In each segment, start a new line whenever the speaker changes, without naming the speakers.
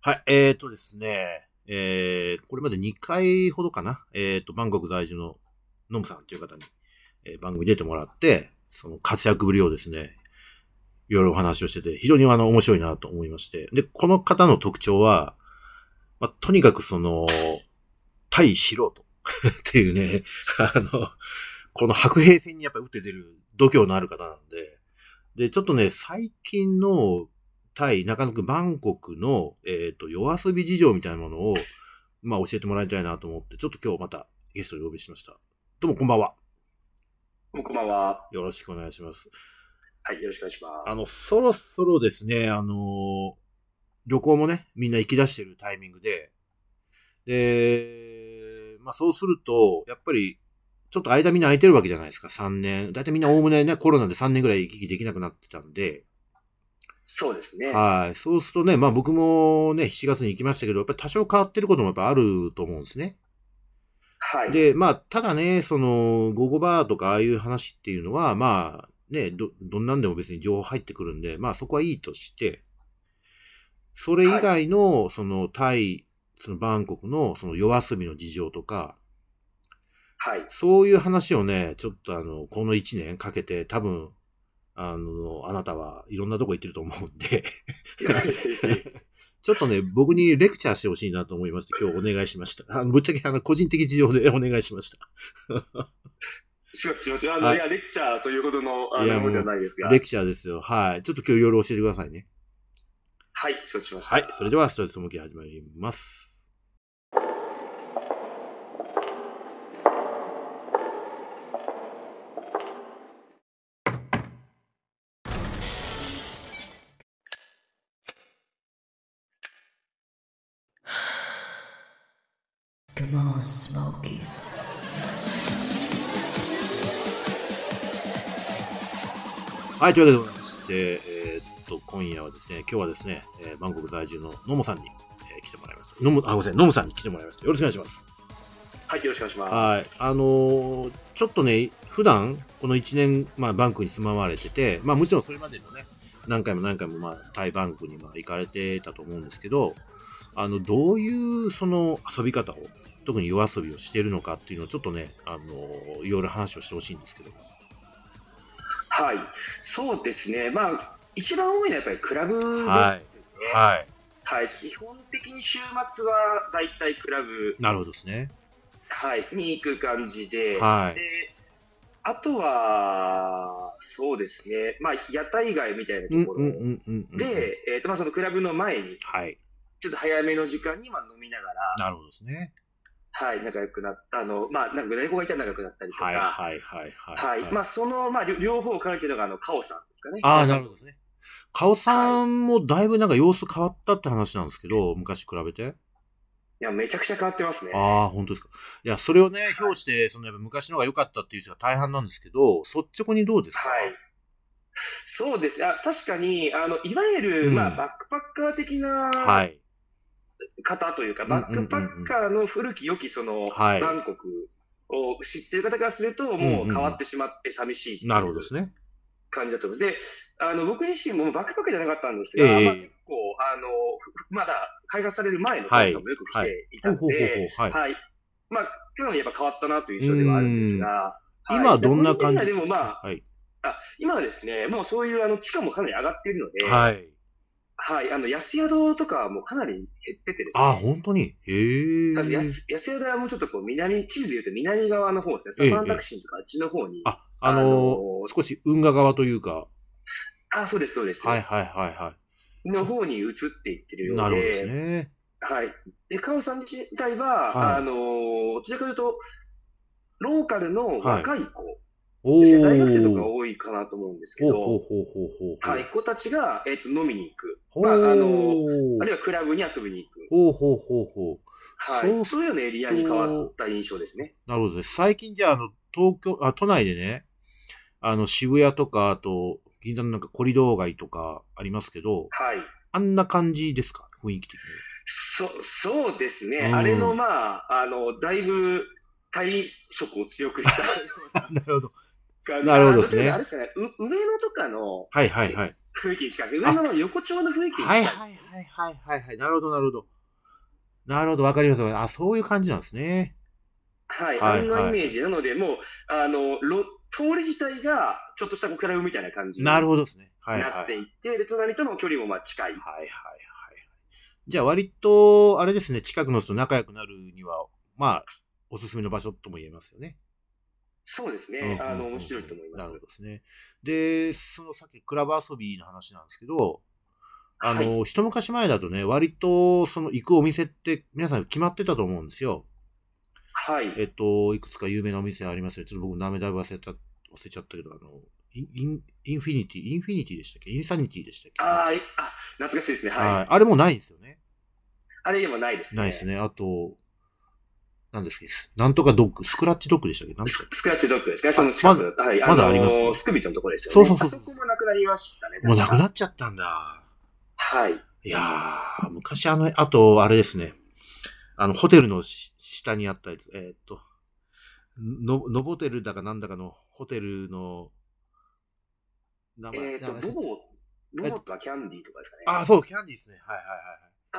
はい、えーとですね、えー、これまで2回ほどかな、えーと、バンコク在住のノムさんという方に、えー番組に出てもらって、その活躍ぶりをですね、いろいろお話をしてて、非常にあの、面白いなと思いまして。で、この方の特徴は、まあ、とにかくその、対素人 っていうね、あの、この白兵戦にやっぱり打って出る度胸のある方なんで、で、ちょっとね、最近の対中野区バンコクの、えっ、と、夜遊び事情みたいなものを、まあ、教えてもらいたいなと思って、ちょっと今日またゲストをお呼びしました。どうもこんばんは。
どうもこんばんは。
よろしくお願いします。
はい、よろしくお願いします。
あの、そろそろですね、あのー旅行もね、みんな行き出してるタイミングで、で、まあそうすると、やっぱり、ちょっと間みんな空いてるわけじゃないですか、3年。だいたいみんなおおむねね、コロナで3年ぐらい行き来できなくなってたんで、
そうですね。
はい。そうするとね、まあ僕もね、7月に行きましたけど、やっぱり多少変わってることもやっぱあると思うんですね。
はい。
で、まあ、ただね、その、ゴゴバーとかああいう話っていうのは、まあ、ね、ど、どんなんでも別に情報入ってくるんで、まあそこはいいとして、それ以外の、その、タイ、そのバンコクの、その夜遊びの事情とか、
はい。
そういう話をね、ちょっとあの、この1年かけて、多分、あの、あなたはいろんなとこ行ってると思うんで、ちょっとね、僕にレクチャーしてほしいなと思いまして、今日お願いしました。あのぶっちゃけ、あの、個人的事情で お願いしました。
すいません、すいません。あの、
はい
い、や、レクチャーというほどの、あ
いや
の、ものでは
も
ないですが。
レクチャーですよ。はい。ちょっと今日いろいろ教えてくださいね。
はい、承知しました。
はい。それでは、ストレス向き始まります。
Come on, Smokies.
はい。というわけでございまして、えーっと、今夜はですね、今日はですね、えーバンコク在住のノモさんに、えー来てもらいました。ノモ、あ、ごめんなさい。ノモさんに来てもらいました。よろしくお願いします。
はい、よろしくお願いします。
はい。あのーちょっとね、普段、この1年、まあ、バンクに住まわれてて、まあ、もちろんそれまでもね、何回も何回も、まあ、タイバンクにまあ行かれてたと思うんですけど、あの、どういう、その、遊び方を、特に夜遊びをしてるのかっていうのを、ちょっとね、あのーいろいろ話をしてほしいんですけど。
はい。そうですね。まあ、一番多いのはやっぱりクラブですね。
は
はいい。
はい。
基本的に週末は、だいたいクラブ、
なるほどですね。
はい、に行く感じで、
はい。
で、あとは、そうですね。まあ、屋台街みたいなと
うん
ころ。
うんうんうんうん。、
で、えっ、と、まあ、そのクラブの前に、
はい。
ちょっと早めの時間に、まあ、飲みながら、
なるほどですね。
はい、仲良くなった、あの、まあ、なんか猫がいたら仲良くなったりとか、
は
はいい、
はいはいはい。
まあ、その、まあ、両両方を兼ねてるのが、あの、カオさんですかね。
ああ、なるほどですね。カオさんもだいぶなんか様子変わったって話なんですけど、昔比べて。
いや、めちゃくちゃ変わってますね。
ああ、本当ですか。いや、それをね、表して、そのやっぱ昔の方が良かったっていう人が大半なんですけど、率直にどうですか
はい。そうです。あ、確かに、あの、いわゆる、
うん
まあ、バックパッカー的
は。
ない方というか、
ん
バックパッカーの古き良き、その、
はい
バンコクを知ってる方からすると、もう変わってしまって寂しいっていう
なるほどですね。
感じだと思います。で、あの、僕自身もバックパックじゃなかったんですが、
ええ
まあ、結構、あの、まだ開発される前の
は
会
い
社もよく来ていた
ほう
の
ほうほ
で、
うほう。はい。
はい。まあ、去年やっぱ変わったなという印象ではあるんですが、
うん
い
今はどんな感じ
個人的にはでもまあ、
はい。
あ今はですね、もうそういうあの、地価もかなり上がっているので、はい。
はい。
あの、安宿とかはもうかなり減っててですね。
ああ、本当に。へえ。
まず安安宿はもうちょっとこう南、地図で言うと南側の方です
え
ね。
え
サファンタクシンとかあっちの方に。
あ、あのー
あのー
少し運河側というか。
あ、そうです、そうです。
はいはいはいは
の方に移っていってる
い。
ようで。
なるほどですね。
はい。で、カオさん自体は、
はい
あのーどちらかというと、ローカルの若い子、
おお。
ですね大学生とか多いかなと思うんですけ
ほう
ど、
ほうほうほうほう。
はい、子たちが、えっ、と、飲みに行く。
ほう。
まああのあるい
ほ
はクラブに遊びに行く。
うほうほうほう。
は
そう
い。そういうようなエリアに変わった印象ですね。
なるほどです。最近じゃあ、あの、東京、あ、都内でね、あの、渋谷とか、あと、銀座のなんかコリドー街とかありますけど、
はい。
あんな感じですか雰囲気的
そ、そうですね。
うん
あれの、まあ、あの、だいぶ、体色を強くした
に。なるほど。
感じ。
なるほどですね
あのちょっとあれですかね、う上野とかの、
はいはいはい。
雰囲気に近くて、上野の横丁の雰囲気に
は
近
い
い。
はいはいはいはいはい。なるほどなるほど。なるほど、わかります。あ、そういう感じなんですね。
はい、
はい
あんなイメージなので、もう、あの、ろ通り自体が、ちょっとしたクラブみたいな感じに
なるほどですね。はいはい。
なっていて、で、隣との距離もまあ近い。
はいはいはい。じゃあ割と、あれですね、近くの人と仲良くなるには、まあ、おすすめの場所とも言えますよね。
そうです
うんうん
ね。
うん
あの、面白いと思いま
なるほ
す
ど。ですね。で、そのさっきクラブ遊びの話なんですけど、あの、一昔前だとね、割と、その行くお店って皆さん決まってたと思うんですよ。
はい。
えっと、いくつか有名なお店ありますよ。ちょっと僕名前だいぶ忘れた、忘れちゃったけど、あの、インインインフィニティ、インフィニティでしたっけインサニティでしたっけ
あーいあ、懐かしいですね。はい。
はいあれもうないんですよね。
あれでもないですね。
ないですね。あと、なんですっけなんとかドッグ、スクラッチドッグでしたっけなんで したっ
ススクラッチドッグですね。その近く、はい、
まだあります
のスクビットのところですよね。
そうそうそう
あそこもなくなりましたね。
けもうなく
っ
なっちゃったんだ。
はい。
いやー、昔あの、あと、あれですね。あの、ホテルのし下にあったやつ、えーっと、の、のぼてるだかなんだかのホテルの、名
えっ、
名前忘れ
と、
ちゃっ
ロボ、ロボットはキャンディーとかですかね。
たあー、そう、キャンディーですね。はいはい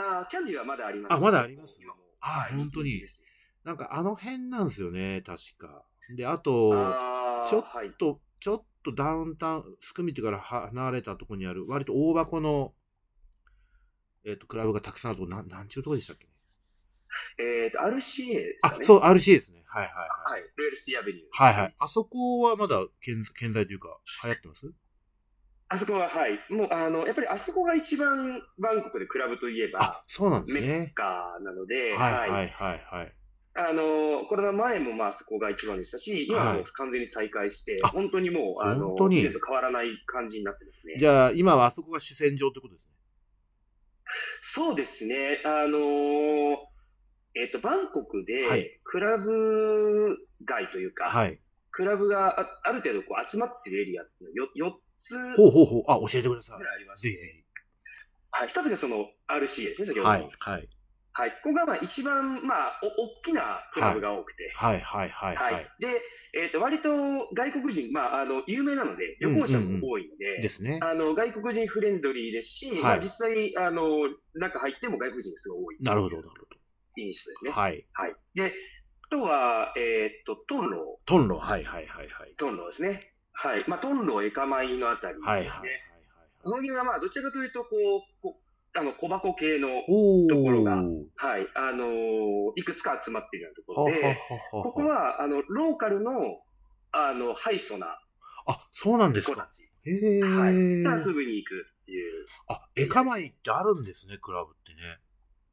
はいはい。
あーキャンディーはまだあります、
あまだあります
今も
あー本当に
いいです
なんかあの辺なんですよね、確か。で、あと、
あー
ちょっ
は
ち
い
ょっと、ちょっとダウンタウン、スクミテから離れたところにある、割と大箱の、えっ、と、クラブがたくさんあるとこ、なん、なんちゅうとこでしたっけ、
えっ、と、RCA です
あ
か、ね。
そう、RC ですね。はいはいはい。
はい。ロイヤルシティアベニュー。
はいはい。。あそこはまだ健健在というか、流行ってます
あそこは、はい。もう、あの、やっぱりあそこが一番バンコクでクラブといえ
あ
ば、、
そうなんです
メッ
ね。
カなので、
はいはいはいはい。
あの、コロナ前もまあそこが一番でしたし、今はもう完全に再開して、
あ
本当にもう、あの、
本当に
以前と変わらない感じになってますね。
じゃあ、今はあそこが主戦場ってことですね。
そうですね。あのーえっ、と、バンコク
は
で
い、
クラブ街というか、
はい。
クラブがあある程度こう集まってるエリアっていうのよ4つ
ほう
ぐ
ほうほう。あ、教えてくださ
らいありま
い。
す、
ぜひ
ね。
ぜ
はい、一つがその RC ですね、先
ひ。
ほどの。
は
はい
い。はい。
ここがまあ一番、まあ、お大きなクラブが多くて。
はいはいはい
はい
はい。
で、えっ、と、割と外国人、まあ、あの、有名なので、
う
旅
ん
行者も多いので、
ですね。
あの、外国人フレンドリーですし、
い
まあ実際、あの、中入っても外国人がすごい多い。
なるほど、なる
印象です
ほど。
ね。
はい。
はい。で、あとは、えっ、と、トンロ
トンロ、はいはいはいはい
ー、。トンローですね。はい。まあ、トンロー、エカマイのあたりですね。
はいはいはい
こ
はい。
の辺はまあ、どちらかというと、こう、こうあの、小箱系の、
お
ところが
ー。
はい、あのーいくつか集まっているようなとこ
はは
ろで、
はは
ここは、あの、ローカルの、あの、ハイソな
あ、そうなんです
子
か
た。ち。
へえ。
はい。が遊びに行くっていう、
あ、エカマイってあるんですね、クラブってね。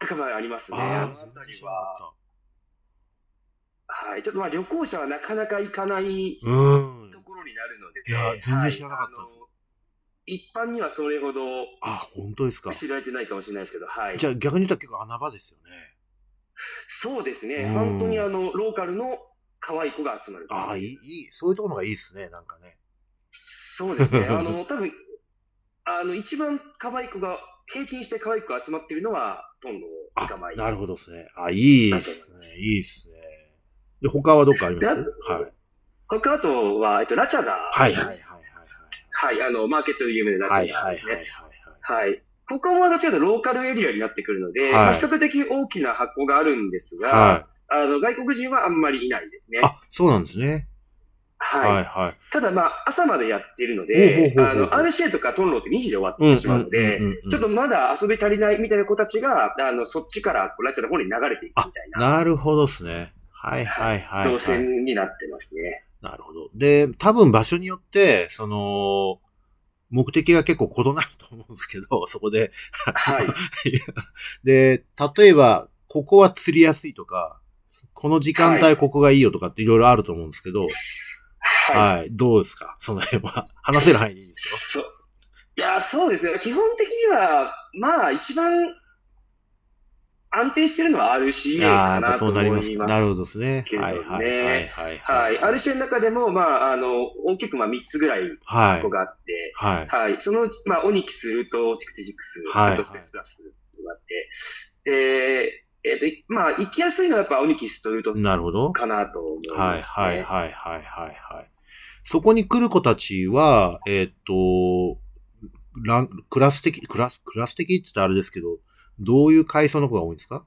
仲間がありますね。あ
あ
の
あ、全
辺
然
り
知らな
は。
かっ
はい。ちょっとまあ、旅行者はなかなか行かない
た。うーん
と。ころになるので、
いや全然知らなかったです
はいあの一般にはそれほど
あ、本当ですか。
知られてないかもしれないですけど、はい。
じゃあ逆に言ったら結構穴場ですよね。
そうですね。
うん
本当にあの、ローカルの可愛い子が集まる。
ああ、いい、いい、そういうところがいいですね、なんかね。
そうで すね。あの、多分、あの、一番可愛い子が、平均して可愛い子が集まってるのは、トンの
あ
捕ま、い。
なるほどですね。あ、いいですね、いいですね。で、他はどっかあります
で
はい。
他あとは、えっと、ラチャダ。
はいはいはいはい
はい、あの、マーケットで有名な
は
ラ
い。はい
チャダ
はいはい
です
はい
ね。はい。ここもどちらかというとローカルエリアになってくるので、
はい
まあ比較的大きな箱があるんですが、
はい。はい。
あの、外国人はあんまりいないですね。
あ、そうなんですね。
はい。
はいはい。
ただまあ、朝までやってるので、
ほうほう
あ
ほうほう
の、RCA とかトンローって2時で終わっ
うんうん
てしまうので
うんうんうん、
ちょっとまだ遊び足りないみたいな子たちが、あの、そっちからこうラチャダの方に流れていくみたいな。
なるほどですね。はいはいはい、はい。
動線になってま すね。
なるほど。で、多分場所によって、その、目的が結構異なると思うんですけど、そこで。
はい。
で、例えば、ここは釣りやすいとか、この時間
は
帯
い
ここがいいよとかっていろいろあると思うんですけど、はい、
はい。
どうですかその辺は。 話せる範囲でいいです
そう。いや、そうですね。基本的には、まあ、一番安定してるのは
よ。
RCA
ああー、や
か
っぱ
なと
そう
思
なります
い
か。
ま
なる
す。
ほどですね。
けどね
はいはいはいはい。
はい。
はい。
RCA の中でも、まあ、あの、大きくまあ3つぐらい
はい
子。があって、
はい。
はい。そのうち、まあ、オニキス、ルート66、
はい
ルートスペスプラスがあって、で、えっ、と、いまあ、行きやすいのはやっぱオニキスとルート
なるほど。
かなと思います、
はい
ね。
はいはいはいはいはい。そこに来る子たちは、えーっと、ラン、クラス的、クラス、クラス的って言ったらあれですけど、どういう階層の子が多いんですか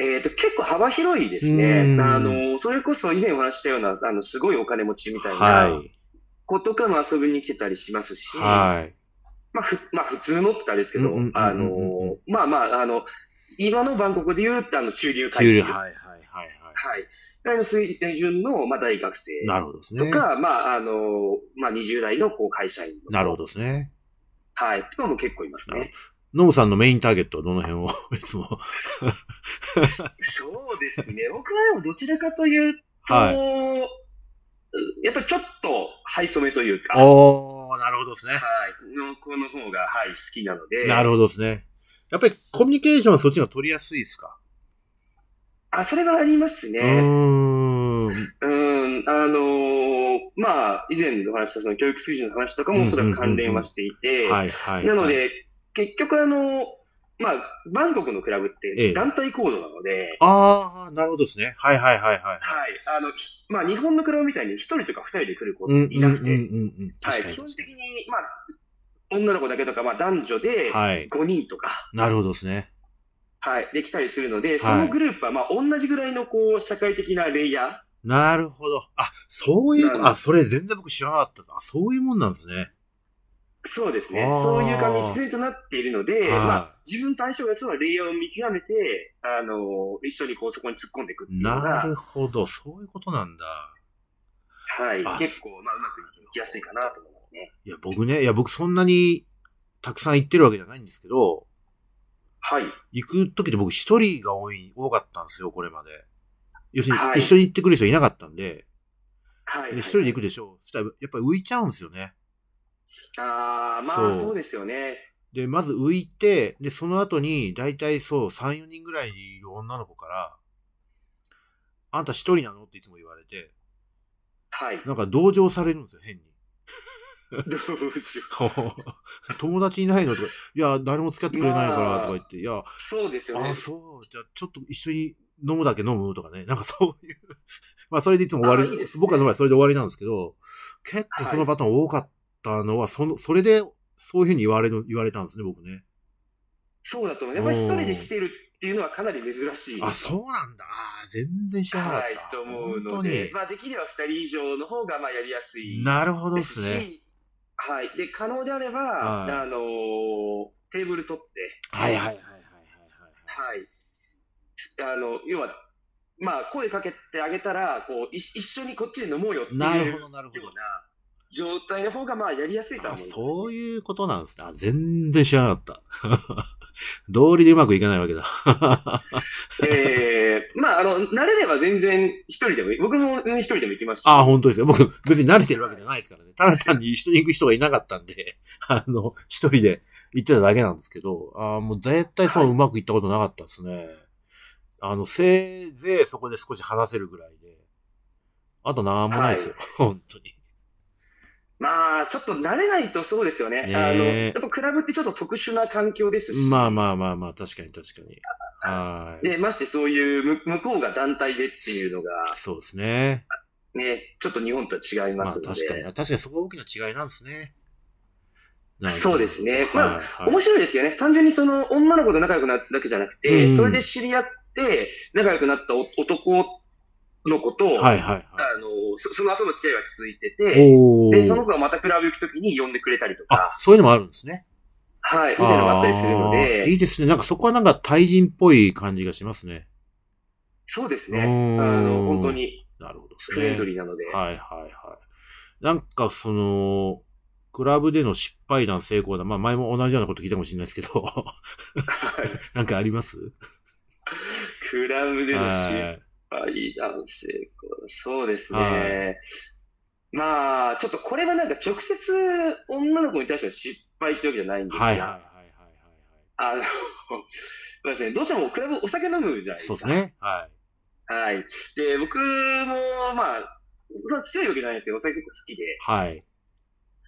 えっ、と、結構幅広いです
うん
ね。あの、それこそ以前お話ししたような、あの、すごいお金持ちみたいな
はい。
子とかも遊びに来てたりしますし、
はい。
まあ、ふまあ、普通のって言ったらあれですけ
う
ど
んうんうんうん、
あの、まあまあ、あの、今のバンコクで言う、あの、中流階
給料、
級。
はい、はい、はい、は
はい。ぐらいの水準の、まあ、大学生
い。なるほどです
と
ね。
か、まあ、あの、まあ、20代のこう会社員の。
なるほどですね。
はい。とかも結構います
なる
ね。
ノブさんのメインターゲットはどの辺を いつも。
そうですね。僕はでもどちらかというと、
はい。
やっぱりちょっと、はいそめというか、はい。
おー、なるほどですね。
の子の方が、はい、好きなので。
なるほどですね。やっぱりコミュニケーションはそっちが取りやすいですか
あ、それはあります
う
ね。
ーん。
うん、あのーまあ、以前のお話したその教育水準の話とかもおそらく関連はしていて、
はい、はい。
なの、で、結局あのーまあ、バンコクのクラブっ
ええ
て団体行動なので、
あー、なるほどですね。はい、はい、はい、はい。
はい、あの、きまあ、日本のクラブみたいに一人とか二人で来る子
うん、うん、、
いうなんく
うん
て、
うん。
は
確
い、
かに
基本
確か
的に、まあ、女の子だけとか、まあ、男女で
に。はい。
5人とか、
なるほどですね。
はい、できたりするので、
い
そのグループは、まあ、同じぐらいの、こう、社会的なレイヤー、
なるほど。あ、そういう
なるほ
こ、
ど
あ、それ全然僕知らなかった。あ、そういうもんなんですね。
そうですね
あー。
そういう感じに自然となっているので、
はい
まあ、自分と相性がそうなレイヤーを見極めて、あの、一緒にこう、そこに突っ込んでいくっていうの
な
が、
るほど。そういうことなんだ。
はい
あ、
結構、まあ、うまくいきやすいかなと思いますね。
いや、僕ね、いや、僕そんなにたくさん行ってるわけじゃないんですけど、
はい。
行く時って僕一人が多い、多かったんですよ、これまで。要するに、
はい
一緒に行ってくる人いなかったんで、
はい。
で一人で行くでしょ。そしたら、やっぱり浮いちゃうんですよね。
ああ、まあ、
そう
そうですよね。
で、まず浮いて、で、その後に、だいたいそう、3、4人ぐらいいる女の子から、あんた一人なのっていつも言われて、
はい。
なんか同情されるんですよ、 変に。
どうしよう。
友達いないのとか、いや、誰も付き合ってくれないか
ま
ら
あ
とか言って、いや、
そうですよね。
あ、そう、じゃあちょっと一緒に飲むだけ飲むとかね、なんかそういう、 まあそれでいつも終わ
あい
り、
いですね
僕はの場合それで終わりなんですけど、結構そのパターン多かったのは、その、それで、そういうふうに言われる、言われたんですね、僕ね。
そうだと思う。やっぱり一人で来てるっていうのはかなり珍しい。
あ、そうなんだ。あー全然知らなかっ
はい、
た。
と思うの
本当に
で、。まあ、できれば二人以上の方が、まあ、やりやすい。
なるほど
で
です
す
ね。
し、はい。で、可能であれば、
はい
あのーテーブル取って、
はいはいはいはい
はい。あの、要は、まあ、声かけてあげたら、こう、い一緒にこっちで飲もうよっていう
はいはい。なるほ
ような
どなるほど。
状態の方が、まあ、やりやすいとは
あ
思います、
そういうことなんですね。あ全然知らなかった。 道理でうまくいかないわけだ。
ええまあ、あの、慣れれば全然一人でもいい、僕もうん一人でも行きますし、
ああ、本当ですよ。僕、別に慣れてるわけじゃないですからね。ただ単に一緒に行く人がいなかったんで、 あの、一人で行ってただけなんですけど、ああ、もう絶対そう
はいう
まくいったことなかったですね。あの、せいぜいそこで少し話せるぐらいで、あとなんもないですよ。 本当に。
まあ、ちょっと慣れないとそうですよね。
ね
あの、
え
やっぱクラブってちょっと特殊な環境ですし、
まあまあまあまあ、確かに確かに。はい。
で、ましてそういうむ向こうが団体でっていうのが、
そうですね。
ね、ちょっと日本とは違いま
まあ
す
確
の
かに、
で、
確かにそこが大きな違いなんですね。なるほど
そうですね。まあ、
はいはい
面白いですよね。単純にその女の子と仲良くなっただけじゃなくて、
うん
それで知り合って仲良くなったお男の子と、
はいはいはい。
あのそその後の付き合いが続いてて、
お
で、その
ー。
子がまたクラブ行くときに呼んでくれたりと
あ
か、、
そういうのもあるんですね。
はい、みたいなのがあったりするの
あーい
で、
いですね。なんかそこはなんか対人っぽい感じがしますね。
そうですね。
う
あ
ん
の、本当に
なるほどですね。
フレンドリーなので、
はいはいはい。なんかその、クラブでの失敗談、成功談、まあ前も同じようなこと聞いたかもしれないですけど、
はい
なんかあります
クラブでの失
はい
敗男性、そうです
は
ね。まあ、ちょっとこれはなんか直接女の子に対しての失敗ってわけじゃないんですが、
はいはいはいはいはい
あの、そうですね、どうしてもクラブお酒飲むじゃな
はいい。
ですか。
そうです。ね。はい。
はい。で、僕も、まあ、そんな強いわけじゃないんですけど、お酒結構好きで。
はい。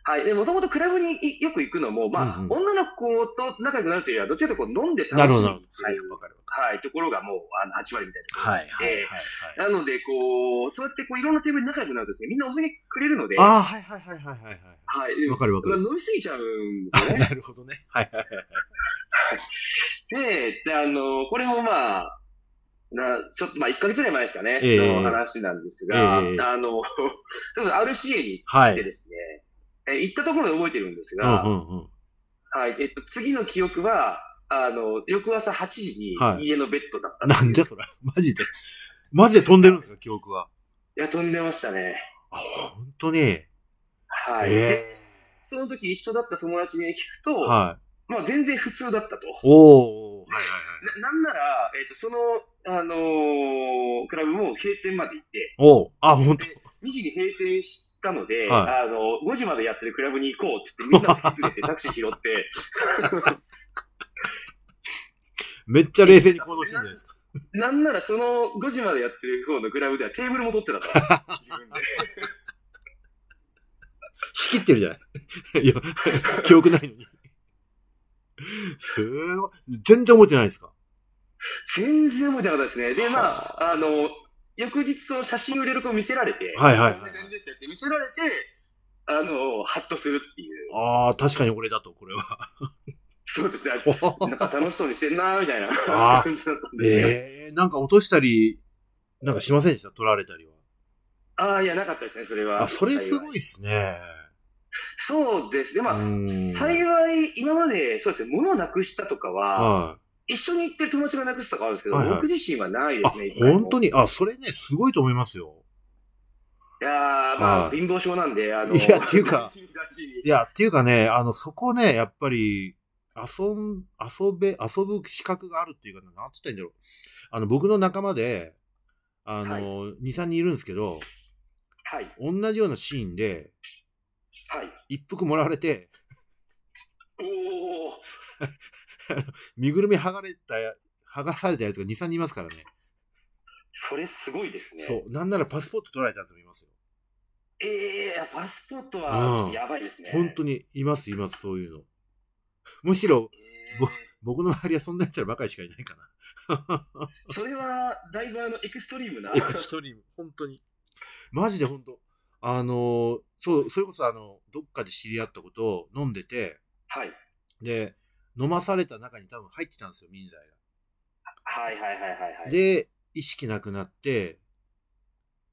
はい。で、もともとクラブにいよく行くのも、まあ、
うんうん
女の子と仲良くなるというよりは、どっちかというとこう飲んで
な
楽
る
し
ほど。
い。はい。
わかるわか
はい、ところがもうあの8割みたいなところ
は
があっ
い、
て。
はい、はい。はい
なので、こう、そうやってこういろんなテーブルに仲良くなるとですね、みんなお酒くれるので、
ああ、はい、はい、はい、はい、はい
はい。
わかるわかる
まあ飲みすぎちゃうんで
はい。あ
すよ
な
ね。
るほどね。はい、はい、はい。
で、で、あの、これもまあ、なちょっと、まあ、1ヶ月ぐらい前ですかね、
ええ
の話なんですが、
ええ
あの、 ちょっと RCA に
は
行って
い。
ですね、え行ったところで覚えてるんです
う
が、
ん、うん、うん。
はい、えっと、次の記憶は、あの、翌朝8時に
はい
家のベッドだったっていう
なんじゃそれ。マジで。マジで飛んでるんですか、記憶が。
いや、飛んでましたね。
あ、本当に。え
はい。で
え
その時一緒だった友達に聞くと、
はい。
まあ、全然普通だったと。
おー。はい、はい、はい。
ななんなら、えっ、と、その、あのークラブも閉店まで行って、
おー。あ、本当。
2時に閉店したので、
は
あの、5時までやってるクラブに行こうってって、みんなで引き連れてタクシー拾って、
めっちゃ冷静に行動してんじゃないですか。
なんならその5時までやってる方のクラブではテーブルも取って たから、自分で。
仕切ってるじゃない。 いや、記憶ないのに。すごい。全然覚えてないですか。
全然覚えてなかったですね。で、ま
は
あ、あの、翌日その写真を入れる子見せられて、
はいはいはい
こんな感じですよって見せられて、あの、ハッとするっていう。
ああ、確かに俺だと、これは。
そ うですね。なんか楽しそうにしてんなーみたいな
あー
感じだったんですよ。
ええなんか落としたり、なんかしませんでした取られたりは。
ああ、いや、なかったですね、それは。
あ、それすご
幸
いですね。
そうですね、まあ、
ん
幸い、今まで、そうですね、物をなくしたとかは、
は
一緒に行ってる友達がなくしたとかあるんですけど、
はいはい
僕自身はない
い。
で
あ
すね、一、回も
本当に、あ、それね、すごいと思いますよ。
いやー、まあ、
はい
貧乏症なんで、あの、
いやっていう か
友達に
いや、っていうかね、あの、そこね、やっぱり、遊ん、遊べ、遊ぶ資格があるっていうか、なんつったらいいんだろう。あの、僕の仲間で、あの、2、3人いるんですけど、
はい、
同じようなシーンで、
はい。
一服もらわれて、
おー、
身ぐるみ剥がれた、剥がされたやつが2、3人いますからね。
それすごいですね。
そう。なんならパスポート取られたやつもいますよ。
ええー、パスポートは
うん
やばいですね。
本当
に。
に、います、います、そういうの。むしろ、
え
僕の周りはそんなやつらばかりしかいないか
ー、それは、だいぶあの、エクストリーム な。
な。エクストリーム、本当に。マジで本当。あのーそう、それこそあの、どっかで知り合ったことを飲んでて、
はい。
で、飲まされた中に多分入ってたんですよ、民剤
はいはいはいはいは
が。
い。
で、意識なくなって、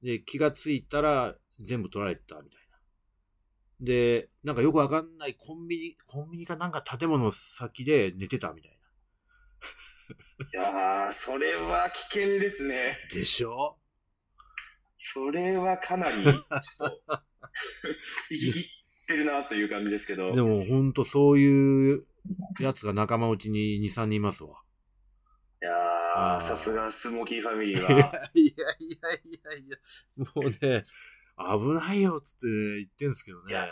で、気がついたら全部取られてたみたいな。で、なんかよくわかんないコンビニ、コンビニかなんか建物の先で寝てたみたいな。
いやー、それは危険ですね。
でしょ
それは かなり、ちょっと生き切ってるなという感じですけど。
でもほんとそういうやつが仲間うちに2、3人いますわ。
いや
あー
ー、さすがスモーキーファミリーは。
いやいやいやいや、もうね、危ないよっつって言ってんすけど
い
ね。
や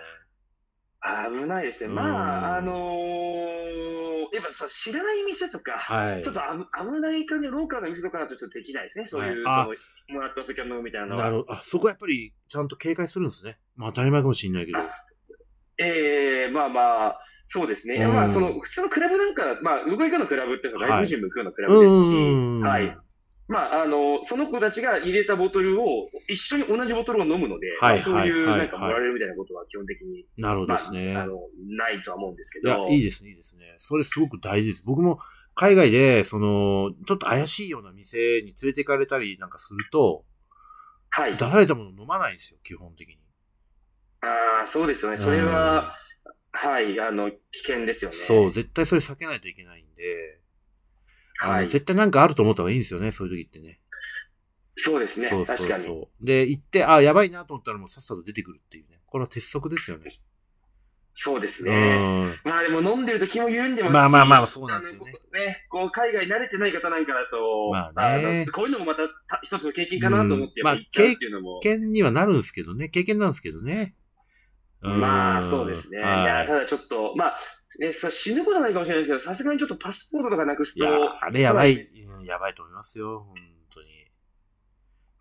危ないですね。
うん
まあ、あのー、やっぱさ、知らない店とか、
はい
ちょっとあぶ危ない感じのローカルの店とかだとちょっとできないですね。そういう、
はいあ
そのもらったお酒を飲むみたいなの
な
は。
るほど。あ、そこはやっぱりちゃんと警戒するんですね。まあ当たり前かもしれないけど。
ええまあまあ、そうですね。いや
うん
まあ、その、普通のクラブなんか、まあ、僕が行くのクラブっていうのは
はい
外国人向くようなクラブ
う
です
ん。
し、はい。。まあ、あの、その子たちが入れたボトルを、一緒に同じボトルを飲むので、
はい
まあそういう、
はい
なんか
はい
もられるみたいなことは基本的に、
なるほど
ま
ですね。
あ、あの、ないとは思うんです
い
け
や
ど、、
いいですね、いいですね。それすごく大事です。僕も海外で、その、ちょっと怪しいような店に連れて行かれたりなんかすると、
はい。
出されたもの飲まないんですよ、基本的に。
ああ、そうですよね。それは、はい、あの、危険ですよね。
そう、絶対それ避けないといけないんで、あ
は
の
い。
絶対なんかあると思った方がいいんですよね、そういう時ってね。
そうですね。
そうそうそう
確かに。
で、行って、あ、やばいなと思ったらもうさっさと出てくるっていうね。この鉄則ですよね。
そうです
う
ね。
ん。
まあでも飲んでると気も緩んでますし、
まあまあまあ、そうなんですよね。
あの。こうねこう海外慣れてない方なんかだと、
まあね
のこういうのもまたた一つの経験かなと思って、
うん
やっぱ行っちゃうっていうのも。
経験にはなるんですけどね、経験なんですけどね。うん
まあ、そうですね。いや、た
は
だちょっと、まあ、ね、そう死ぬことはないかもしれないですけど、さすがにちょっとパスポートとかなくす
い。いや
と、、
あれやばい、うんやばいと思いますよ、本当に。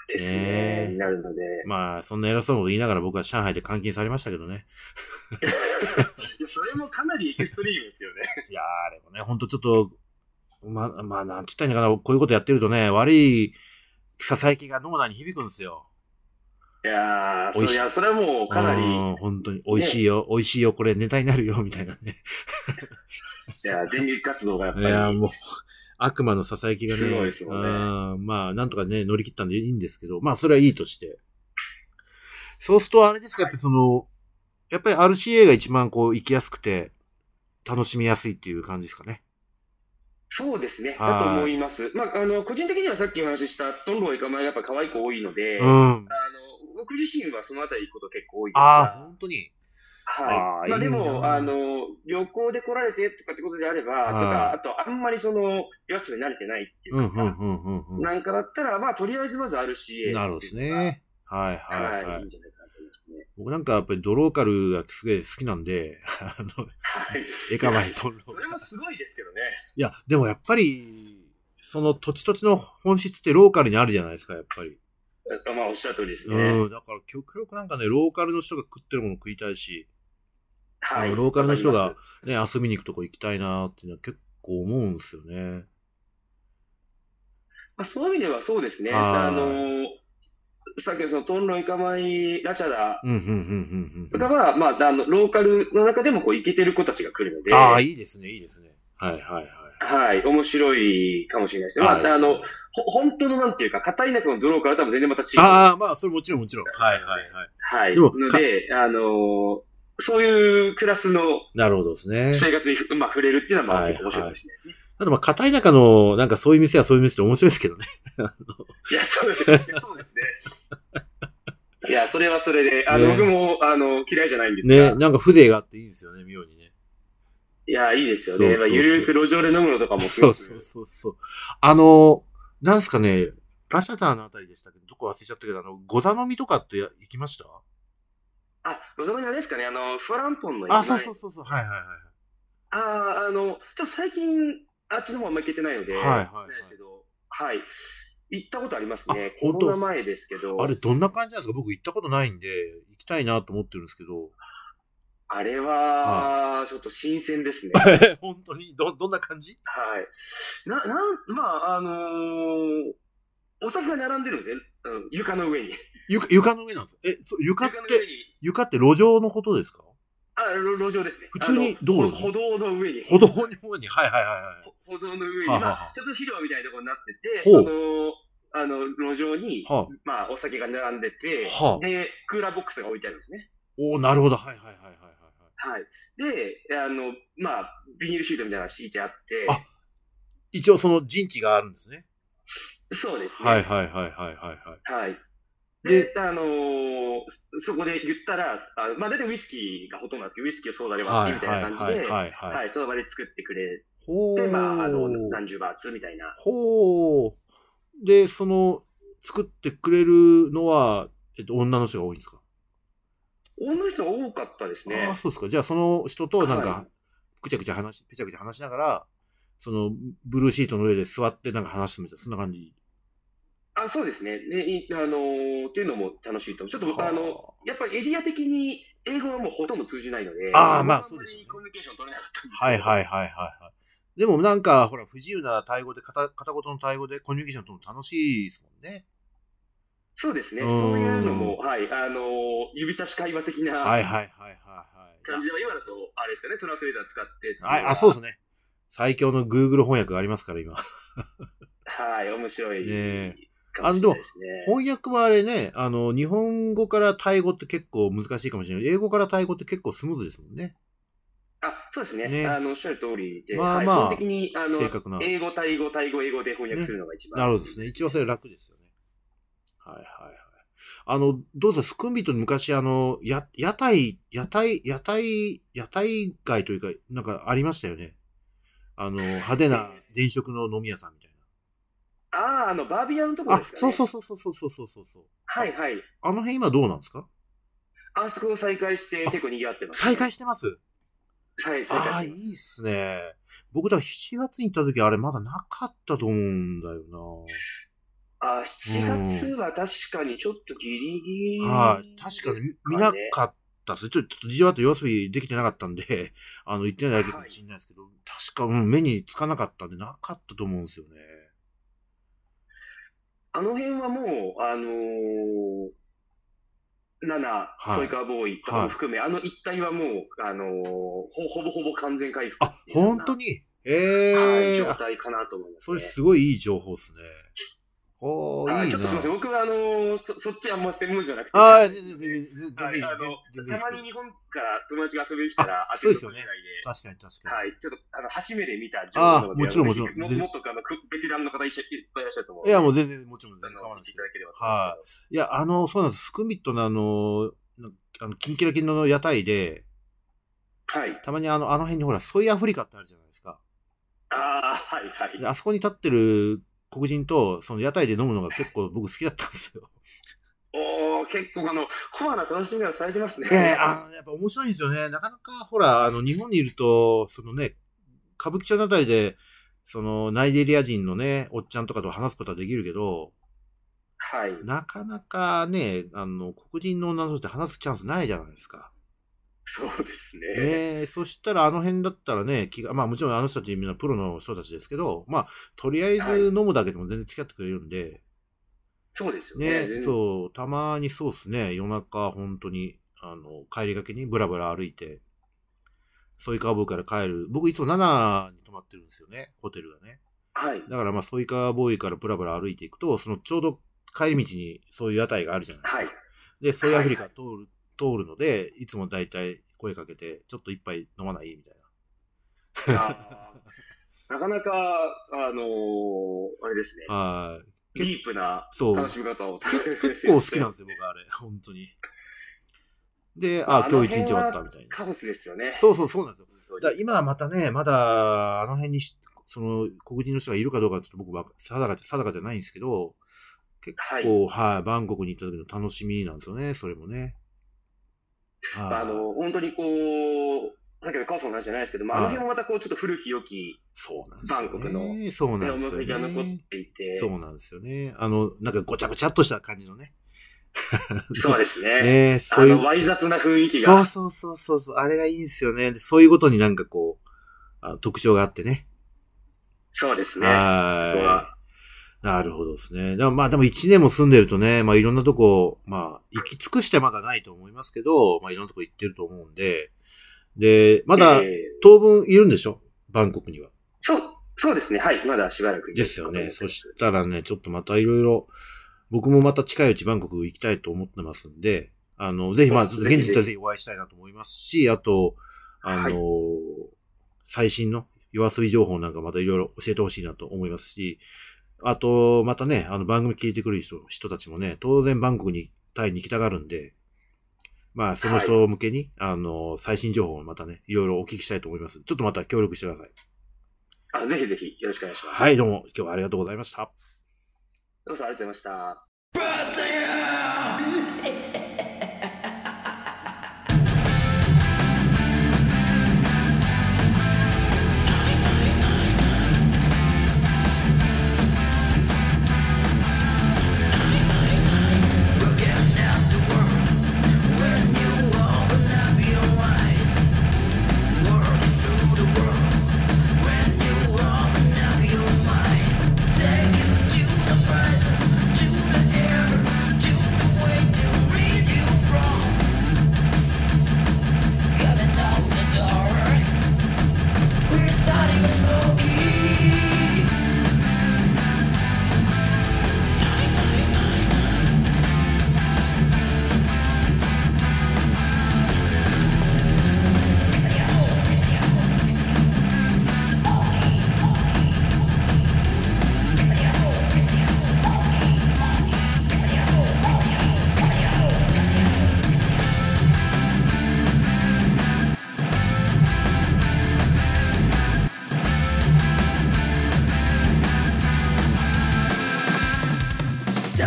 です
ね
ね、 になるので。
まあ、そんな偉そうなこと言いながら僕は上海で監禁されましたけどね。
いやそれもかなりエクストリームですよね。
いやー、あれもね、ほんとちょっと、ま、まあ、なんつったらいいのかな、こういうことやってるとね、悪いささやきが脳内に響くんですよ。
いやー、
美
そ
味しい
りゃ、それはもうかなり、
うん本当に、美味しいよ、美味しいよ、これネタになるよ、みたいなね。
いやー、電撃活動がやっぱ
い
り。
や、もう、悪魔のささやきがね、
すごいですよね
うんまあ、なんとかね、乗り切ったんでいいんですけど、まあ、それはいいとして。そうすると、あれですか、やっぱりその、やっぱり RCA が一番こう、行きやすくて、楽しみやすいっていう感じですかね。
そうです
は
ね、
い
だと思います。まあ、あの、個人的にはさっきお話しした、どんどんイカマやっぱ可愛い子多いので、
う
あの、
ん。
僕自身はそのあたり行くこと結構多いですが
ああ、本当に。
は
あー
い。まあ
いい
で
な
も、あの、旅行で来られてとかってことであれば、と
はい、
か、あと、あんまりその、夜遊び慣れてないっていううん
う
か、
ん、うん、うん、うん。
なんかだったら、まあ、とりあえずまず RCA。
なるほどです。ね。はいは
はいい、
はい
い
い
ん。じゃないかなと思いますね。
僕なんかやっぱりドローカルがすげえ好きなんで、あの、
はい。
エカマイドロー
そ
カ
れ
ル。
もすごいです けどね。
いや、でもやっぱり、その土地土地の本質ってローカルにあるじゃないですか、やっぱり。
あまあ、おっしゃる通りですね。
うん。だから極力なんかね、ローカルの人が食ってるもの食いたいし、
は
あ
い。
のローカルの人
わ
が
かります
ね、遊びに行くとこ行きたいなーっていうのは結構思うんですよね。
まあ、そういう意味ではそうですね。
はい
あの、さっきのその、トンロイカマイラチャダ
うん、うん、うん、うん、う
と
ん
かは、まあ、あの、ローカルの中でも、こう、イケてる子たちが来るので、
うん。ああ、いいですね、いいですね。はいはいはい。
はい、面白いかもしれないですね。ま
はい
あ、あの、ほ本当のなんていうか、片田舎のドローから多分全然また違う。
ああ、まあ、それもちろんもちろん。はいはいはい。
はい。
でも
ので、あのーそういうクラスの
なるほどですね。
生活に、まあ、触れるっていうのは、
は
まあ、
い
結構面白いかもしれないですね。
ただまあ、片田舎の、なんかそういう店はそういう店で面白いですけどね。
いや、そうですね。そうですね。いや、それはそれで、あの、
ね
僕も、あの、嫌いじゃないんです
ね、
が、
なんか風情があっていいですよね、妙にね。
いや、いいですよ
そう
ね。
そ
ま
う
あ、
そう
ゆるく路上で飲むのとかもす
そ
ご
う
く。
そうそうそう。あの、なんすかね、ラシャターのあたりでしたけど、どこ忘れちゃったけど、あの、ご座飲みとかってや行きました
あ、ご存知あれですかね、あの、フランポンの駅前
あ、そうそうそうそう、はいはいはい。
ああ、あの、ちょっと最近、あっちの方あんま行けてないので、
はいはいはい
ですけど、はい。行ったことありますね。
あ
コ
本当
ロナ前ですけど、
あれ、どんな感じなんですか僕行ったことないんで、行きたいなと思ってるんですけど。
あれは、ちょっと新鮮ですね。
え、本当にど、どんな感じ
はい。な、なん、まあ、あのーお酒が並んでるんですね。うん、床の上に。
床、床の上なんですかえ、そう、床っ
床の上
て、
に、
床って路上のことですか
あ、路路上ですね。
普通に
あの
道路
歩道の上に。
歩道の方に、はいはいはいはい。
ほ歩道の上に、
はあはあ
まあ、ちょっと広場みたいなところになってて、
ほう
その、あの、路上に、
は
まあ、お酒が並んでて、
あ、はあ。
で、クーラーボックスが置いてあるんですね。
おーなるほど、はいはいはいはいはいはい。
はい。で、あの、まあ、ビニールシートみたいなのが敷いてあって、
あ一応その陣地があるんですね。
そうですね。
は
はいい。
はいはいはいはいはい。
で、あのーそそこで言ったら、あまあ、大体ウイスキーがほとんどなんですけど、ウイスキーをソーダで割ってみたいな感じで、
はい。
はいい、その場で作ってくれ
ほ
て、
う。
まあ、あの、何十バーツみたいな。
ほう。で、その、作ってくれるのは、えっと、女の人が多いんですか、
女の人が多かったです
あ
ね
あ、。そうですか。じゃあ、その人となんか、
は
くちゃくちゃ話、ぺちゃくちゃ話しながら、その、ブルーシートの上で座ってなんか話してみたいな、そんな感じ。
あ、そうですね。ね、いあのーっていうのも楽しいと思う。ちょっと僕、
はあ
あの、やっぱりエリア的に英語はもうほとんど通じないので、
あーまあ
ん
そうでしょうね
コミュニケーション取れなかったんですけど
はいはいはいはいはい。でもなんか、ほら、不自由なタイ語で、片片言のタイ語でコミュニケーションとも楽しいですもんね。
そうですね、
うん
そういうのも、はい、あのー指差し会話的
はは
ない
いはいはいはい。
感じは、今だと、あれですかね、トランスレーター使って
はい、あ、そう
す。
ですね。最強の Google 翻訳がありますから、今。
はい、面白い
ねえ
かもしれないですね。
翻訳はあれね、あの、日本語からタイ語って結構難しいかもしれない。英語からタイ語って結構スムーズですもんね。
あ、そうですね。
ね
あの、おっしゃる通りで、
まあ
はい
まあ
基本的に、あの、
正確な。
英語、タイ語、タイ語、英語で翻訳するのが一番、
なるほどですね。一応それ楽ですよね。はいはいはい。あの、どうぞスクンビットに昔、あの、や、屋台、屋台、屋台、屋台街というか、なんかありましたよね。あの、派手な電飾の飲み屋さんみたい
ああ、あの、バービアのとこ
な。あ
ろです、かね。
そうそうそうそうそうそうそうそう。
はいはい。
あの辺今どうなんですか
あそこを再開して、結構賑わってます、
再開してます
はい、再開
ああ、
して
い
ます。
いっすね。僕、だから7月に行った時あれまだなかったと思うんだよ
あ、7月は確かにちょっとギリギリ、
な。はい。確かに見な
ですね
かっったですね。ちょちょっと DJ ワット夜遊びできてなかったんで、 あの、行ってないだけかもしれないですけど、確か、うん、目につかなかったんで、なかったと思うんですよね。
あの辺はもう、あのー、ナナ、
はい
トイカーボーイとかも含め、あの一帯はもう、あのーほほぼほぼ完全回復
あ、本当
に、
に
はい、
ええ
状
ー、あ
態かなと思います、
そ
ね。
れすごいいい情報ですね。おー、
はい
いい
ちょっと
な
すみません、。僕はあのーそそっちあんま専門じゃなくて、
あー、全然全然
はいあの
全然全然全然
たまに日本から友達が遊びに来たら、
あ
当てる
そう
ぐ
ですよね
らいで。
確かに確かに。
はい、ちょっとあの初めて見た
あー
ので
もちろん
あの
もちろん
ぜひももっとあのくベテランの方いっしゃいっぱいいらっしゃると思う
い
ので。
や、もう
ぜ
全然、もちろん
あ
全然構わ
の
ない
見
で
て
すけど
いただければと
はいいや、あの、そうなんです。スクミットのあの、なあのキンキラキンの屋台で、
思います。はい。
たまにあの、あの辺にほら、ソイアフリカってあるじゃないですか。
ああ、はいは
で
い。
あそこに立ってる黒人と、その屋台で飲むのが結構僕好きだったんですよ。
おお結構あの、コアな楽しみがされてます ね。
ええあの、やっぱ面白いんですよね。なかなか、ほら、あの、日本にいると、そのね、歌舞伎町のあたりで、その、ナイジェリア人のね、おっちゃんとかと話すことはできるけど、
はい。
なかなかね、あの、黒人の女の人って話すチャンスないじゃないですか。
そうですね。
ええそしたらあの辺だったらね、気が、まあもちろんあの人たちみんなプロの人たちですけど、まあ、とりあえず飲むだけでも全然付き合ってくれるんで、
そうですよね。
ね、
う。
そう、たまにそうっすね、夜中本当に、あの、帰りがけにブラブラ歩いて、ソイカーボーイから帰る。僕いつも7に泊まってるんですよね、ホテルがね。
はい。
だからまあソイカーボーイからブラブラ歩いていくと、そのちょうど帰り道にそういう屋台があるじゃないですか。
はい。
で、ソイアフリカ通る、通るので、いつも大体声かけて、ちょっと一杯飲まないみたいな。
あーなかなか、あのーあれですね。
はい。
ディープな
そう。
楽しみ方をされてる
結構好きなんですよ、僕あれ。 本当に。で、
まあ
あ、今日
あの辺
一日終わったみたいな。
カオスですよね。
そうそうそうなんですよ。
本当に
だから今はまたね、まだ、あの辺にし、その、黒人の人がいるかどうかちょっと僕は定かじゃ、定かじゃないんですけど、結構、はい、バンコクに行った時の楽しみなんですよね、それもね。はい
あの、本当にこう、さっきのカオスの話じゃないですけど、まあ、あの辺もまたこう、ちょっと古き良き、
そうなんですよ、ね。
バンコクの
そうなんですよ、
面
ね。
が残っていて、
そうなんですよね。あの、なんかごちゃごちゃっとした感じのね。
そうですね。
ね
あ
そういう
の、。わい雑な雰囲気が。
そうそうそうそうそう。あれがいいんですよね。でそういうことになんかこう、あ特徴があってね。
そうですね。そこ
は
は
ーい。なるほどですね。でもまあでも一年も住んでるとね、まあいろんなとこ、まあ行き尽くしてまだないと思いますけど、まあいろんなとこ行ってると思うんで、で、まだ
えー
当分いるんでしょバンコクには。
そう、そうですね。はい。まだしばらくいる
ですよね。
そ
そうしたらね、ちょっとまたいろいろ、僕もまた近いうちバンコク行きたいと思ってますんで、あの、ぜひまあ、
ぜ
ち
ひ
ょっと現地でぜひお会いしたいなと思いますし、あと、あの、
はい
最新の夜遊び情報なんかまたいろいろ教えてほしいなと思いますし、あと、またね、あの番組聞いてくる人人たちもね、当然バンコクに、タイに行きたがるんで、まあ、その人向けに、あの、最新情報をまたね、いろいろお聞きしたいと思います。ちょっとまた協力してください。
あぜひぜひよろしくお願いします。
はい、どうも、今日はありがとうございました。
どうぞありがとうございました。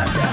Stop